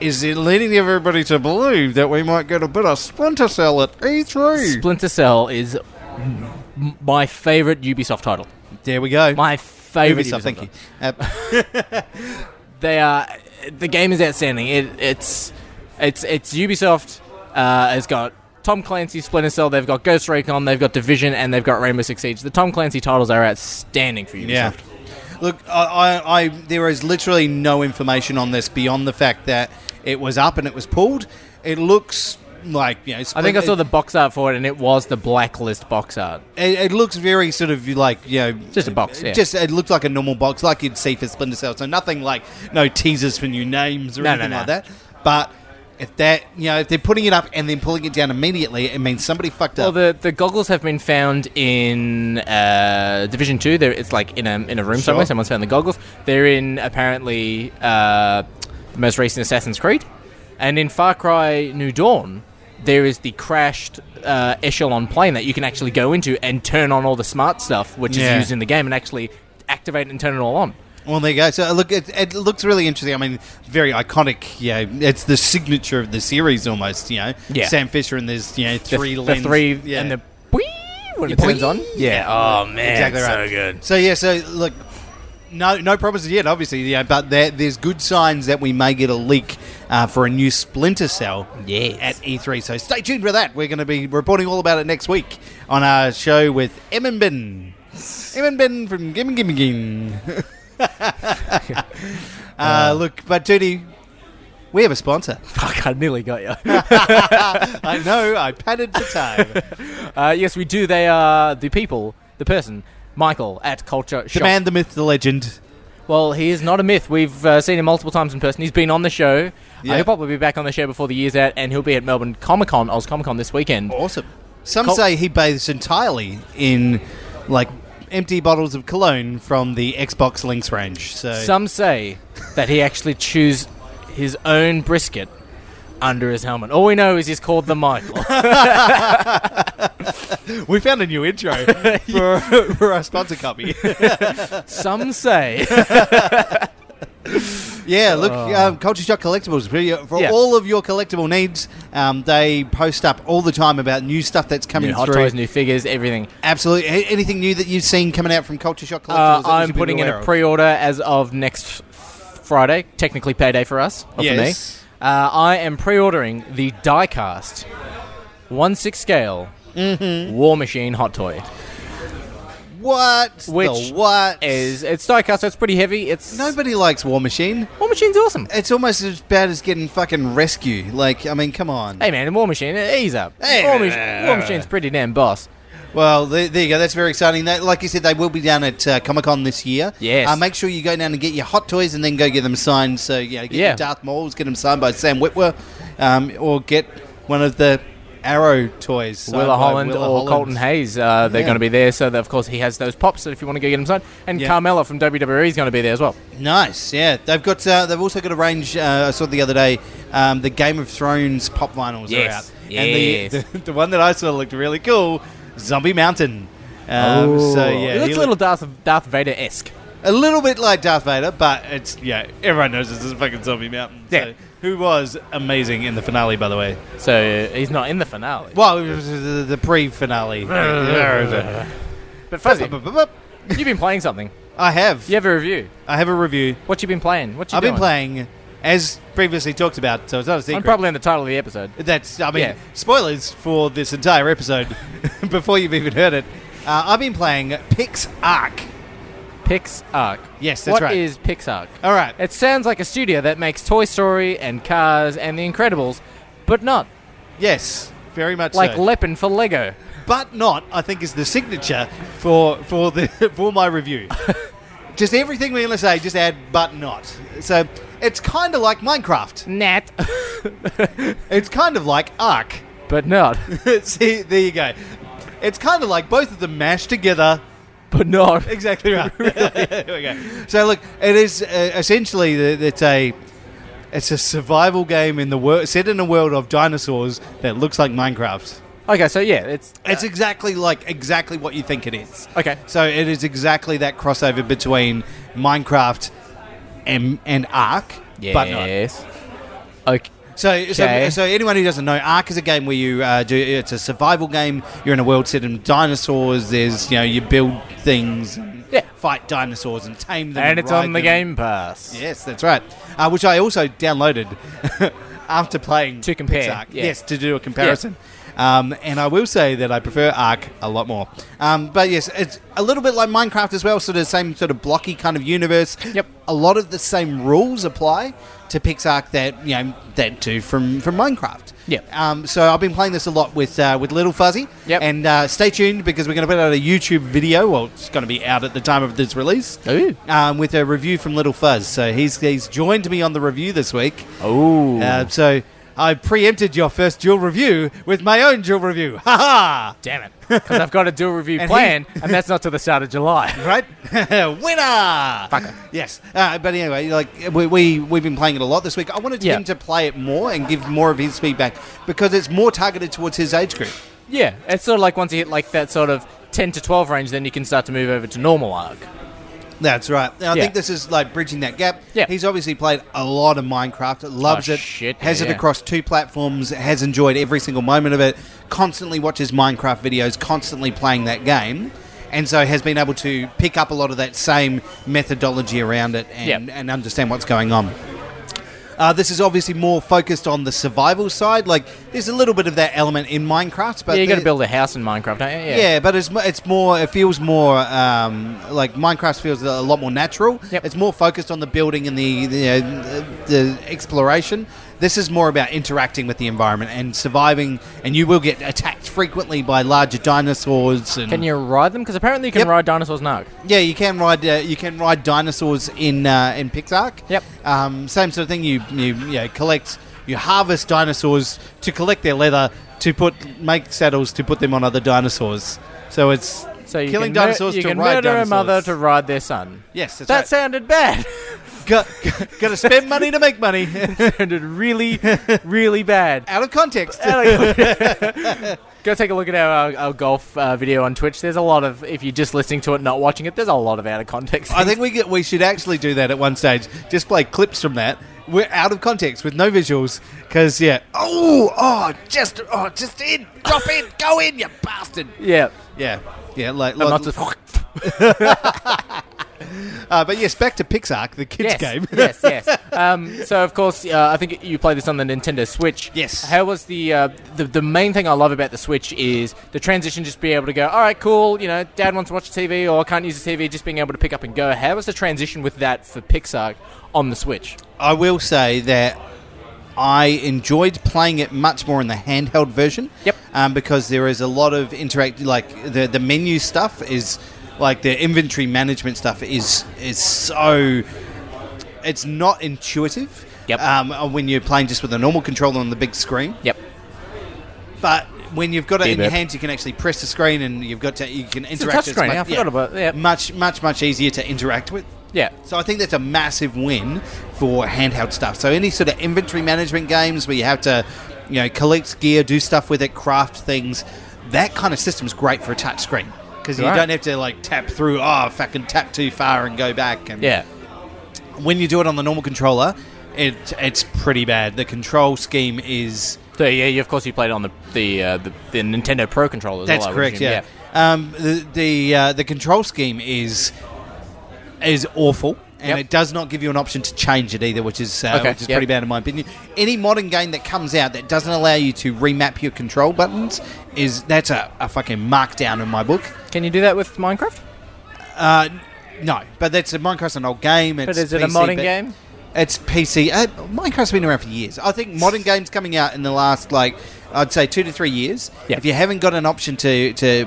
B: is it leading everybody to believe that we might get a bit of Splinter Cell at E E3.
C: Splinter Cell is m- my favorite Ubisoft title.
B: there we go.
C: My favorite.
B: Ubisoft, thank you.
C: title.
B: Uh,
C: They are. The game is outstanding. It, it's it's it's Ubisoft. Uh, it's got Tom Clancy, Splinter Cell. They've got Ghost Recon. They've got Division, and they've got Rainbow Six Siege. The Tom Clancy titles are outstanding for Ubisoft.
B: Yeah. Look, I, I, I, there is literally no information on this beyond the fact that it was up and it was pulled. It looks like you know.
C: I think I saw the box art for it, and it was the Blacklist box art.
B: It, it looks very sort of like you know,
C: Just a box, yeah.
B: Just it looked like a normal box, like you'd see for Splinter Cell. So nothing like no teasers for new names or
C: No, no,
B: anything like
C: no.
B: that. But if that you know, if they're putting it up and then pulling it down immediately, it means somebody fucked
C: Well,
B: up.
C: the, the goggles have been found in uh, Division Two. There, it's like in a in a room
B: Sure.
C: somewhere. Someone's found the goggles. They're in apparently uh, the most recent Assassin's Creed, and in Far Cry New Dawn, there is the crashed uh, echelon plane that you can actually go into and turn on all the smart stuff, which
B: Yeah.
C: is used in the game, and actually activate and turn it all on.
B: Well, there you go. So uh, look, it, it looks really interesting. I mean, very iconic. Yeah, it's the signature of the series almost. You know,
C: Yeah.
B: Sam Fisher and there's you know
C: The-
B: three
C: the,
B: lens,
C: three
B: yeah.
C: and the whee when it
B: Whee!
C: turns on. Yeah. Oh man.
B: exactly right. So yeah, so look, no no promises yet, obviously. Yeah, but there, there's good signs that we may get a leak uh, for a new Splinter Cell
C: Yes.
B: at E3. So stay tuned for that. We're going to be reporting all about it next week on our show with Em and Ben. Em and Ben from Gimme Gimme Gim. uh, look, but Judy, We have a sponsor.
C: Fuck, I nearly got you.
B: I know. I padded for time.
C: Uh, yes, we do. They are the people, the person, Michael at Culture
B: the
C: Shock.
B: man, the myth, the legend.
C: Well, he is not a myth. We've uh, seen him multiple times in person. He's been on the show.
B: Yeah.
C: Uh, he'll probably be back on the show before the year's out, and he'll be at Melbourne Comic Con, Oz Comic Con this weekend.
B: Awesome. Some
C: Col-
B: say he bathes entirely in like empty bottles of cologne from the Xbox Links range. So
C: Some say that he actually chews his own brisket under his helmet. All we know is he's called the Michael.
B: we found a new intro for, for our sponsor copy.
C: Some say
B: Yeah, look, um, Culture Shock Collectibles for, your, for
C: Oh. Yeah.
B: all of your collectible needs. Um, they post up all the time about new stuff that's coming
C: new hot
B: through.
C: toys, new figures, everything.
B: Absolutely, A- anything new that you've seen coming out from Culture Shock
C: Uh,
B: Collectibles. that we
C: I'm
B: should be
C: putting in
B: aware
C: a
B: of?
C: pre-order as of next Friday, technically payday for us, or
B: Yes.
C: for me. Uh, I am pre-ordering the diecast one six scale
B: Mm-hmm.
C: War Machine hot toy.
B: What? the
C: Which
B: what
C: Is it's diecast, so it's pretty heavy. It's
B: Nobody likes War Machine.
C: War Machine's awesome.
B: It's almost as bad as getting fucking rescue. Like, I mean, come on.
C: Hey man, War Machine, uh, ease up.
B: Hey,
C: War,
B: man.
C: Mach- War Machine's pretty damn boss.
B: Well, there, there you go. That's very exciting. That, like you said, they will be down at uh, Comic Con this year.
C: Yes.
B: Uh, make sure you go down and get your hot toys and then go get them signed. So, you know, get
C: Yeah.
B: your Darth Mauls, get them signed by Sam Whitwer, um, or get one of the Arrow toys. signed
C: Willa
B: by
C: Holland
B: Willa
C: or
B: Holland.
C: Colton Hayes, uh, they're
B: Yeah.
C: going to be there. So that, of course he has those pops. So if you want to go get him signed, and
B: Yeah.
C: Carmella from WWE is going to be there as well.
B: Nice. Yeah. They've got. Uh, they've also got a range. Uh, I saw the other day. Um, the Game of Thrones pop vinyls are
C: Yes.
B: out. And the,
C: Yes.
B: the, the one that I saw looked really cool. Zombie Mountain. Um, So yeah,
C: Oh. it
B: he
C: looks a
B: looked-
C: little Darth Darth Vader esque.
B: A little bit like Darth Vader, but it's yeah. Everyone knows this is fucking Zombie Mountain.
C: Yeah.
B: So, who was amazing in the finale, by the way?
C: So he's not in the finale.
B: Well, it was the, the pre-finale.
C: But Fuzzy, you've been playing something.
B: I have.
C: You have a review.
B: I have a review.
C: What you been playing? What you
B: I've
C: doing?
B: been playing, as previously talked about, so it's not a secret.
C: I'm probably in the title of the episode.
B: That's, I mean,
C: Yeah.
B: spoilers for this entire episode before you've even heard it. Uh, I've been playing Pix Arc.
C: PixArc.
B: Yes, that's
C: What
B: right.
C: is PixArc?
B: All right.
C: It sounds like a studio that makes Toy Story and Cars and The Incredibles, but not
B: yes, very much
C: like
B: so.
C: Leppin for Lego.
B: but not, I think, is the signature for for the for my review. just everything we're gonna say, just add but not. So it's kind of like Minecraft.
C: Nat,
B: It's kind of like Ark.
C: but not,
B: See, there you go. It's kind of like both of them mashed together.
C: but not.
B: Exactly right. There we go. So look, it is uh, essentially the- it's a it's a survival game in the world set in a world of dinosaurs that looks like Minecraft.
C: Okay, so yeah, it's
B: It's exactly like exactly what you think it is.
C: okay.
B: So it is exactly that crossover between Minecraft and and Ark, but not.
C: Yes. Okay.
B: So, so
C: Okay.
B: so anyone who doesn't know, Ark is a game where you uh, do it's a survival game. You're in a world set in dinosaurs. There's you know you build things, and
C: Yeah.
B: fight dinosaurs and tame them,
C: And it's
B: ride
C: on the
B: them.
C: Game Pass.
B: Yes, that's right. Uh, which I also downloaded after playing
C: To compare,
B: Pixark.
C: yeah.
B: Yes, to do a comparison. Um, and I will say that I prefer Ark a lot more. Um, but yes, it's a little bit like Minecraft as well, sort of same sort of blocky kind of universe.
C: Yep.
B: A lot of the same rules apply to Pixark that you know that do from from Minecraft.
C: Yep.
B: Um, so I've been playing this a lot with uh, with Little Fuzzy.
C: Yep.
B: And uh, stay tuned because we're going to put out a YouTube video. Well, it's going to be out at the time of this release
C: Ooh.
B: um, with a review from Little Fuzz. So he's he's joined me on the review this week.
C: Oh.
B: Uh, so I preempted your first dual review with my own dual review. Ha ha!
C: Damn it. Because I've got a dual review
B: And
C: plan, and that's not till the start of July.
B: Right, winner!
C: Fucker.
B: Yes, uh, but anyway, like we, we we've been playing it a lot this week. I wanted
C: Yeah.
B: him to play it more and give more of his feedback because it's more targeted towards his age group.
C: Yeah, it's sort of like once you hit like that sort of 10 to 12 range, then you can start to move over to normal arc.
B: That's right. And I
C: Yeah.
B: think this is like bridging that gap.
C: Yeah.
B: He's obviously played a lot of Minecraft, loves
C: Oh,
B: it,
C: shit,
B: has
C: yeah,
B: it
C: yeah.
B: across two platforms, has enjoyed every single moment of it, constantly watches Minecraft videos, constantly playing that game. And so has been able to pick up a lot of that same methodology around it and,
C: Yeah.
B: and understand what's going on. Uh, this is obviously more focused on the survival side. Like, there's a little bit of that element in Minecraft, but
C: yeah, you got to
B: the-
C: build a house in Minecraft, don't you?
B: Yeah. but it's mo- it's more. It feels more um, like Minecraft feels a lot more natural.
C: Yep.
B: It's more focused on the building and the the, you know, the the exploration. This is more about interacting with the environment and surviving. And you will get attacked frequently by larger dinosaurs. And
C: Can you ride them? Because apparently you can
B: Yep.
C: ride dinosaurs now.
B: Yeah, you can ride. Uh, you can ride dinosaurs in uh, in Pixark.
C: Yep.
B: Um, same sort of thing. You you, you know, collect. You harvest dinosaurs to collect their leather to put make saddles to put them on other dinosaurs. So it's
C: So you
B: killing
C: can mur-
B: dinosaurs
C: you
B: to
C: can
B: ride
C: murder
B: dinosaurs.
C: a mother to ride their son.
B: yes, that's,
C: that
B: right.
C: sounded bad.
B: Got, got to spend money to make money.
C: sounded really, really bad.
B: Out of context.
C: Go take a look at our, our, our golf uh, video on Twitch. There's a lot of if you're just listening to it, not watching it. There's a lot of out of context.
B: I think we get, we should actually do that at one stage. Just play clips from that. We're out of context with no visuals because yeah. Oh, oh, just oh, just in, drop in, go in, you bastard.
C: yeah.
B: Yeah, yeah, like,
C: And
B: like-
C: lots of
B: uh, but yes, back to Pixark, the kids
C: yes,
B: game.
C: yes, yes. Um, so of course, uh, I think you played this on the Nintendo Switch.
B: Yes.
C: How was the, uh, the the main thing I love about the Switch is the transition, just be able to go. All right, cool. You know, Dad wants to watch TV, or I can't use the TV. Just being able to pick up and go. How was the transition with that for Pixar on the Switch?
B: I will say that I enjoyed playing it much more in the handheld version.
C: Yep.
B: Um, because there is a lot of interact, like the the menu stuff is, like the inventory management stuff is is so, it's not intuitive.
C: Yep.
B: Um, when you're playing just with a normal controller on the big screen.
C: Yep.
B: But when you've got it in your
C: Beep.
B: hands, you can actually press the screen, and you've got to you can interact.
C: a touch
B: it's
C: screen,
B: mu-
C: I forgot about- yeah.
B: Much much much easier to interact with.
C: Yeah.
B: So I think that's a massive win for handheld stuff. So any sort of inventory management games where you have to, you know, collect gear, do stuff with it, craft things, that kind of system's great for a touch screen because you
C: Right.
B: don't have to like tap through. Oh, fucking tap too far and go back. And
C: Yeah.
B: when you do it on the normal controller, it it's pretty bad. The control scheme is
C: So yeah, you, of course you played on the the uh, the, the Nintendo Pro controller. is
B: That's
C: all I would
B: correct.
C: assume,
B: Yeah. Um, the the uh, the control scheme is is awful, and
C: Yep.
B: it does not give you an option to change it either, which is uh,
C: Okay,
B: which is
C: yep.
B: pretty bad in my opinion. Any modern game that comes out that doesn't allow you to remap your control buttons is that's a, a fucking markdown in my book.
C: Can you do that with Minecraft?
B: Uh, no, but that's a Minecraft's an old game. It's
C: But is it a
B: PC,
C: modern
B: but-
C: game?
B: It's PC. Uh, Minecraft's been around for years. I think modern games coming out in the last like I'd say two to three years.
C: Yeah.
B: If you haven't got an option to to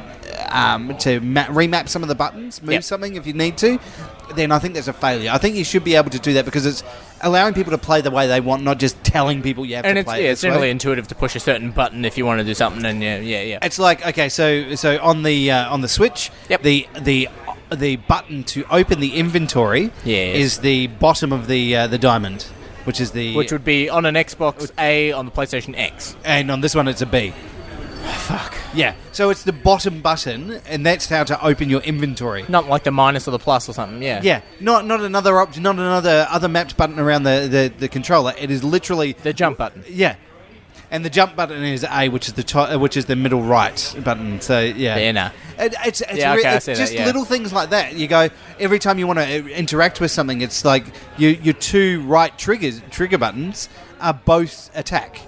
B: um, to ma- remap some of the buttons, move
C: Yeah.
B: something if you need to, then I think that's a failure. I think you should be able to do that because it's allowing people to play the way they want, not just telling people you have
C: And
B: to
C: it's
B: play. it
C: yeah, it's
B: this way.
C: generally intuitive to push a certain button if you want to do something. And yeah, yeah, yeah.
B: It's like okay, so so on the uh, on the Switch,
C: Yep.
B: the the the button to open the inventory
C: Yes.
B: is the bottom of the uh, the diamond, which is the
C: Which would be on an Xbox A on the PlayStation X.
B: and on this one it's a B.
C: Oh, Fuck.
B: Yeah, so it's the bottom button, and that's how to open your inventory.
C: Not like the minus or the plus or something. Yeah.
B: Yeah, not not another option, not another other mapped button around the, the, the controller. It is literally
C: The jump button.
B: yeah, and the jump button is A, which is the to- uh, which is the middle right button. So yeah,
C: Yeah, nah.
B: It, it's it's,
C: Yeah,
B: re-
C: okay, I
B: it's
C: see that,
B: just
C: yeah.
B: little things like that. You go every time you want to interact with something. It's like you, your two right triggers trigger buttons are both attack.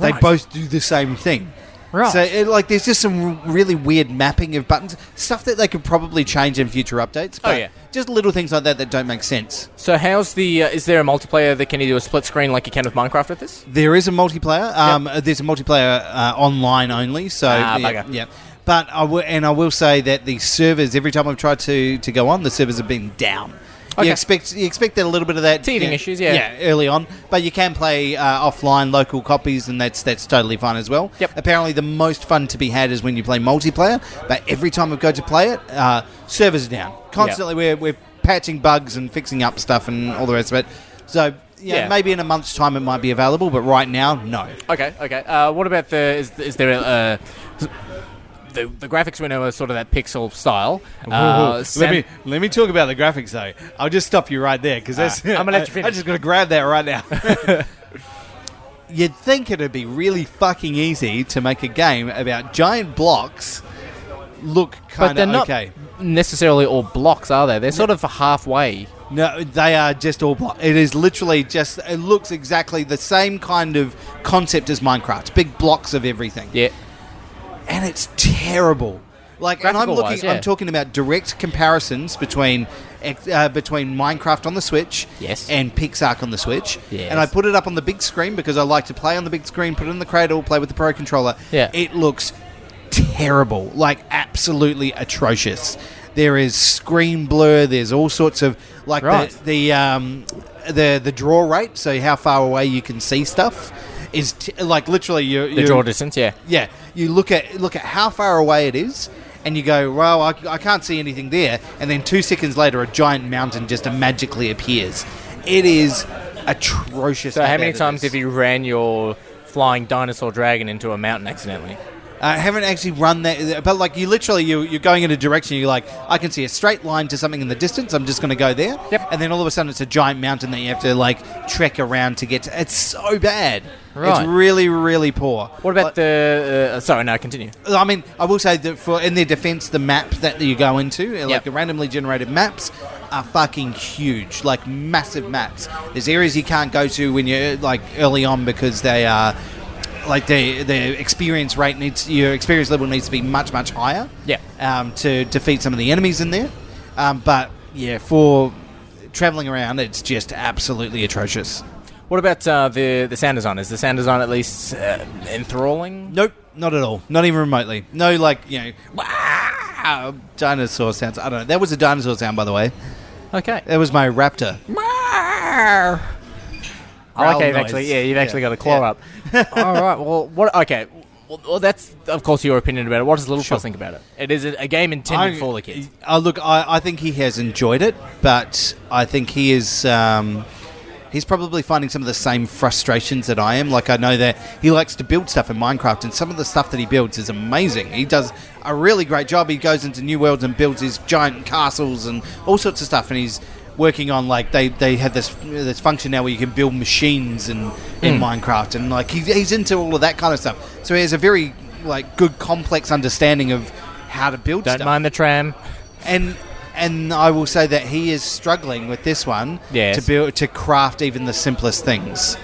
B: They
C: Right.
B: both do the same thing.
C: Right.
B: So it, like, there's just some r- really weird mapping of buttons, stuff that they could probably change in future updates. But
C: Oh, yeah.
B: Just little things like that that don't make sense.
C: So how's the? Uh, is there a multiplayer that can you do a split screen like you can with Minecraft with this?
B: There is a multiplayer. Um, There's a multiplayer uh, online only. So
C: Ah,
B: yeah,
C: bugger.
B: yeah. But I will, and I will say that the servers. Every time I've tried to, to go on, the servers have been down.
C: Okay.
B: You expect you expect that a little bit of that
C: Teething
B: yeah,
C: issues, yeah.
B: yeah, early on. But you can play uh, offline local copies, and that's that's totally fine as well.
C: Yep.
B: Apparently, the most fun to be had is when you play multiplayer. But every time we go to play it, uh, servers are down constantly. We're we're patching bugs and fixing up stuff and all the rest of it. So.
C: Yeah.
B: yeah, maybe in a month's time it might be available, but right now, no.
C: Okay. Okay. Uh, what about the? Is, is there a? Uh, the, the graphics we know are sort of that pixel style. Uh, Sam-
B: let me talk about the graphics though. I'll just stop you right there because that's
C: Ah, I'm gonna let you finish.
B: just gonna grab that right now. You'd think it'd be really fucking easy to make a game about giant blocks look
C: but
B: kind
C: they're
B: of
C: not
B: okay.
C: necessarily all blocks, are they? They're sort of halfway.
B: No, they are just all block. It is literally just. It looks exactly the same kind of concept as Minecraft. Big blocks of everything,
C: Yeah.
B: and it's terrible. Like, and I'm looking.
C: Graphical-wise, yeah.
B: I'm talking about direct comparisons between ex- uh, between Minecraft on the Switch,
C: Yes.
B: and Pixark on the Switch.
C: Yes.
B: And I put it up on the big screen because I like to play on the big screen. Put it in the cradle, play with the Pro controller.
C: Yeah.
B: it looks terrible, like absolutely atrocious. There is screen blur. There's all sorts of like
C: Right.
B: the the, um, the the draw rate, so how far away you can see stuff, is t- like literally you.
C: The draw distance, yeah.
B: Yeah, you look at look at how far away it is, and you go, "Well, I, I can't see anything there." And then two seconds later, a giant mountain just magically appears. It is atrocious.
C: So how many
B: bad it
C: times
B: is.
C: have you ran your flying dinosaur dragon into a mountain accidentally?
B: I Uh, haven't actually run that, but like you literally, you, you're going in a direction. You're like, I can see a straight line to something in the distance. I'm just going to go there.
C: Yep.
B: And then all of a sudden, it's a giant mountain that you have to like trek around to get to. It's so bad.
C: Right.
B: It's really, really poor.
C: What about the? Uh, sorry, no, continue.
B: I mean, I will say that for in their defense, the map that you go into, like
C: Yep.
B: the randomly generated maps, are fucking huge, like massive maps. There's areas you can't go to when you're like early on because they are like the the experience rate needs your experience level needs to be much much higher.
C: Yep.
B: Um, to defeat some of the enemies in there, um, but yeah, for traveling around, it's just absolutely atrocious.
C: What about uh, the the sound design? Is the sound design at least uh, enthralling?
B: Nope, not at all. Not even remotely. No, like you know, "Wah!" dinosaur sounds. I don't know. That was a dinosaur sound, by the way.
C: Okay.
B: That was my raptor.
C: I like how
B: Growl
C: you've
B: noise.
C: actually, yeah, you've actually
B: Yeah.
C: got a claw
B: Yeah.
C: up. All right. Well, what? Okay. Well, well, that's of course your opinion about it. What does Little
B: Sure.
C: Fuss think about it? It is a, a game intended for the kids.
B: Uh, look, I, I think he has enjoyed it, but I think he is. Um, he's probably finding some of the same frustrations that I am. Like I know that he likes to build stuff in Minecraft, and some of the stuff that he builds is amazing. He does a really great job. He goes into new worlds and builds his giant castles and all sorts of stuff, and he's working on like they, they have this this function now where you can build machines in,
C: Hmm.
B: in Minecraft and like he, he's into all of that kind of stuff so he has a very like good complex understanding of how to build
C: Don't
B: stuff
C: mind the tram.
B: and and I will say that he is struggling with this one
C: Yes.
B: to build to craft even the simplest things.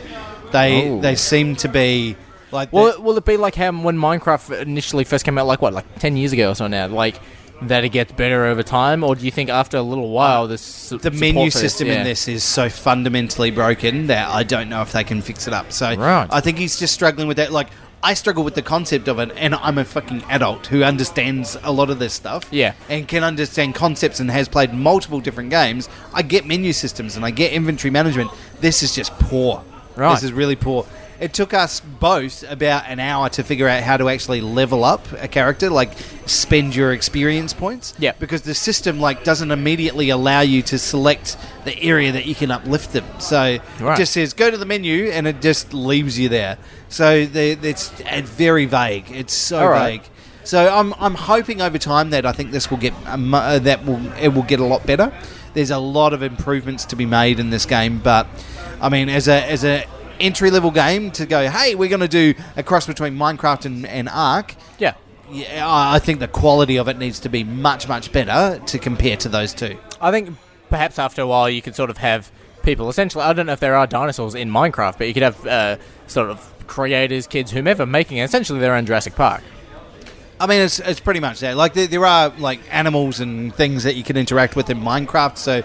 B: They
C: Ooh.
B: they seem to be like
C: Will
B: the-
C: it, will it be like how when Minecraft initially first came out, like what, like ten years ago or so now, like that it gets better over time, or do you think after a little while this
B: Uh, the menu system in this is so fundamentally broken that I don't know if they can fix it up. So
C: Right.
B: I think he's just struggling with that. Like I struggle with the concept of it, and I'm a fucking adult who understands a lot of this stuff.
C: Yeah.
B: and can understand concepts and has played multiple different games. I get menu systems and I get inventory management. This is just poor.
C: Right.
B: This is really poor. It took us both about an hour to figure out how to actually level up a character, like spend your experience points.
C: Yeah.
B: Because the system like doesn't immediately allow you to select the area that you can uplift them. So it
C: Right.
B: just says go to the menu and it just leaves you there. So they, it's uh, very vague. It's so
C: All right.
B: vague. So I'm, I'm hoping over time that I think this will get a mu- uh, that will it will get a lot better. There's a lot of improvements to be made in this game, but I mean, as a as a entry level game to go, hey, we're going to do a cross between Minecraft and, and Ark.
C: Yeah.
B: Yeah, I I think the quality of it needs to be much much better to compare to those two.
C: I think perhaps after a while you could sort of have people essentially. I don't know if there are dinosaurs in Minecraft, but you could have uh, sort of creators, kids, whomever, making essentially their own Jurassic Park.
B: I mean, it's, it's pretty much that. Like, there, there are, like, animals and things that you can interact with in Minecraft, so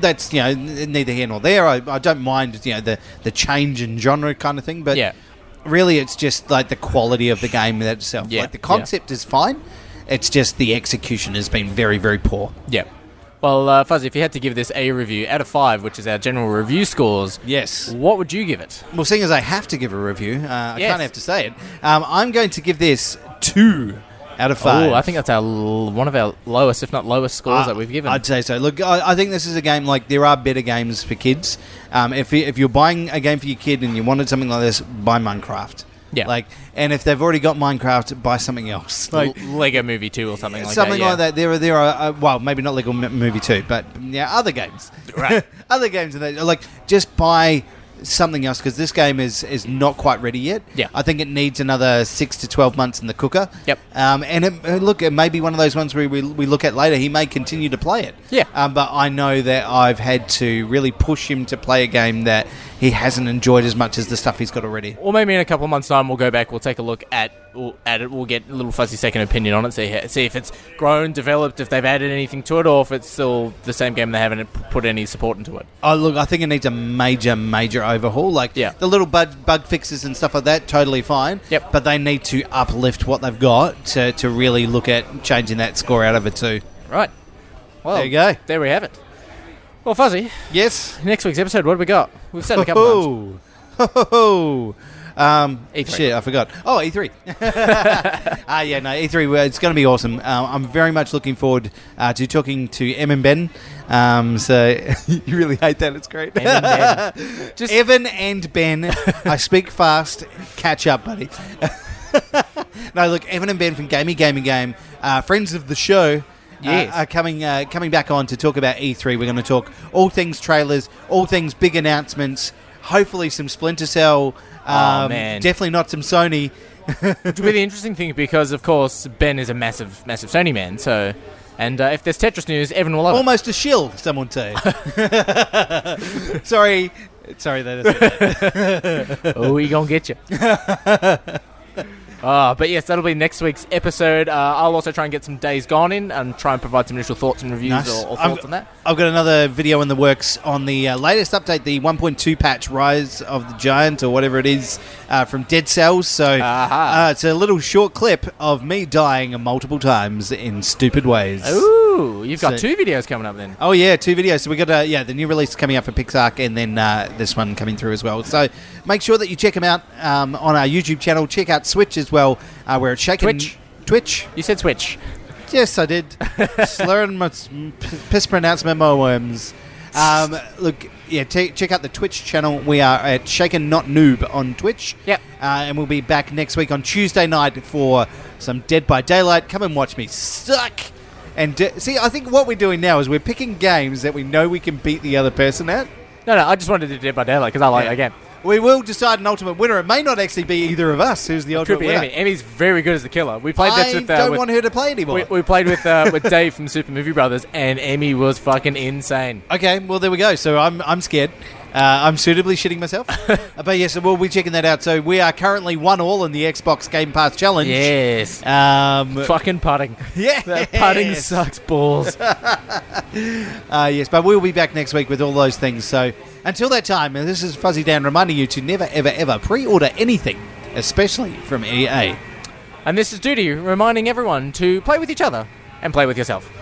B: that's, you know, n- neither here nor there. I, I don't mind, you know, the, the change in genre kind of thing, but
C: Yeah.
B: really it's just, like, the quality of the game itself.
C: Yeah,
B: Like, the
C: yeah.
B: concept is fine, it's just the execution has been very, very poor.
C: Yeah. Well, uh, Fuzzy, if you had to give this a review out of five, which is our general review scores,
B: Yes.
C: what would you give it?
B: Well, seeing as I have to give a review, uh, I
C: Yes.
B: can't have to say it, um, I'm going to give this two out of five. Uh,
C: Oh, I think that's our l- one of our lowest, if not lowest, scores
B: I-
C: that we've given.
B: I'd say so. Look, I, I think this is a game like there are better games for kids. Um, if you- if you're buying a game for your kid and you wanted something like this, buy Minecraft.
C: Yeah.
B: Like, and if they've already got Minecraft, buy something else.
C: L-
B: Like.
C: Lego Movie Two or something like
B: Something
C: that.
B: like that. There are there are uh, well, maybe not Lego M- Movie Two, but yeah, other games.
C: Right.
B: other games and that like just buy something else because this game is is not quite ready yet.
C: Yeah.
B: I think it needs another six to twelve months in the cooker.
C: Yep.
B: Um, and it, uh, look, it may be one of those ones where we, we look at later. He may continue to play it.
C: Yeah.
B: Um, but I know that I've had to really push him to play a game that he hasn't enjoyed as much as the stuff he's got already.
C: Or maybe in a couple of months' time, we'll go back. We'll take a look at we'll, at it. We'll get a little fuzzy second opinion on it. See how- see if it's grown, developed, if they've added anything to it, or if it's still the same game. They haven't p- put any support into it.
B: Oh, look, I think it needs a major, major overhaul. Like,
C: Yeah.
B: the little bug, bug fixes and stuff like that, totally fine.
C: Yep.
B: But they need to uplift what they've got to, to really look at changing that score out of it, too.
C: Right. Well,
B: There you go.
C: There we have it. Well, fuzzy.
B: Yes?
C: Next week's episode. What have we got? We've said it a couple of times.
B: Ho ho. Um,
C: E3.
B: Shit, I forgot. Oh, E3. Ah, yeah, no, E3, well, it's going to be awesome. Uh, I'm very much looking forward uh, to talking to Em and Ben. Um, so, you really hate that, it's great.
C: Em and Ben. Just
B: Evan and Ben, I speak fast. Catch up, buddy. no, look, Evan and Ben from Gamey Gaming Game, uh, friends of the show. uh,
C: Yes.
B: are coming uh, coming back on to talk about E3. We're going to talk all things trailers, all things big announcements. Hopefully, some Splinter Cell. Um,
C: man.
B: Definitely not some Sony.
C: which would be the interesting thing because, of course, Ben is a massive, massive Sony man. So, and uh, if there's Tetris news, Evan will love it.
B: Almost a shill, someone say. sorry, sorry, that is.
C: oh, he gonna get you. Uh, but yes, that'll be next week's episode. Uh, I'll also try and get some days gone in and try and provide some initial thoughts and reviews
B: Nice.
C: or, or
B: I've-
C: thoughts on that.
B: I've got another video in the works on the uh, latest update, the 1.2 patch Rise of the Giant or whatever it is uh, from Dead Cells. So
C: Aha.
B: uh, it's a little short clip of me dying multiple times in stupid ways.
C: Ooh, you've got
B: So-
C: two videos coming up then.
B: Oh yeah, two videos. So we got uh, yeah the new release coming out for Pixark, and then uh, this one coming through as well. So make sure that you check them out um, on our YouTube channel. Check out Switch as well, uh, where it's shaking
C: Twitch.
B: Twitch.
C: You said Switch.
B: Yes, I did. Slurring my s- p- mispronouncement my worms. Um, look, yeah, t- check out the Twitch channel. We are at Shaken Not Noob on Twitch.
C: Yep.
B: Uh, and we'll be back next week on Tuesday night for some Dead by Daylight. Come and watch me suck. And de- see, I think what we're doing now is we're picking games that we know we can beat the other person at.
C: No, no, I just wanted to do Dead by Daylight because I like that game.
B: We will decide an ultimate winner. It may not actually be either of us who's the ultimate
C: Could be
B: winner.
C: Emmy. Emmy's very good as the killer. We played
B: I
C: this with, uh,
B: don't
C: with-
B: want her to play anymore.
C: we, we played with uh, with Dave from Super Movie Brothers, and Emmy was fucking insane.
B: Okay, well there we go. So I'm I'm scared. Uh, I'm suitably shitting myself. Uh, but yes, we'll be checking that out. So we are currently one all in the Xbox Game Pass Challenge.
C: Yes,
B: Um,
C: fucking putting.
B: Yes.
C: that putting sucks balls.
B: uh, yes, but we'll be back next week with all those things. So until that time, and this is Fuzzy Dan reminding you to never, ever, ever pre-order anything, especially from E EA.
C: And this is Duty reminding everyone to play with each other and play with yourself.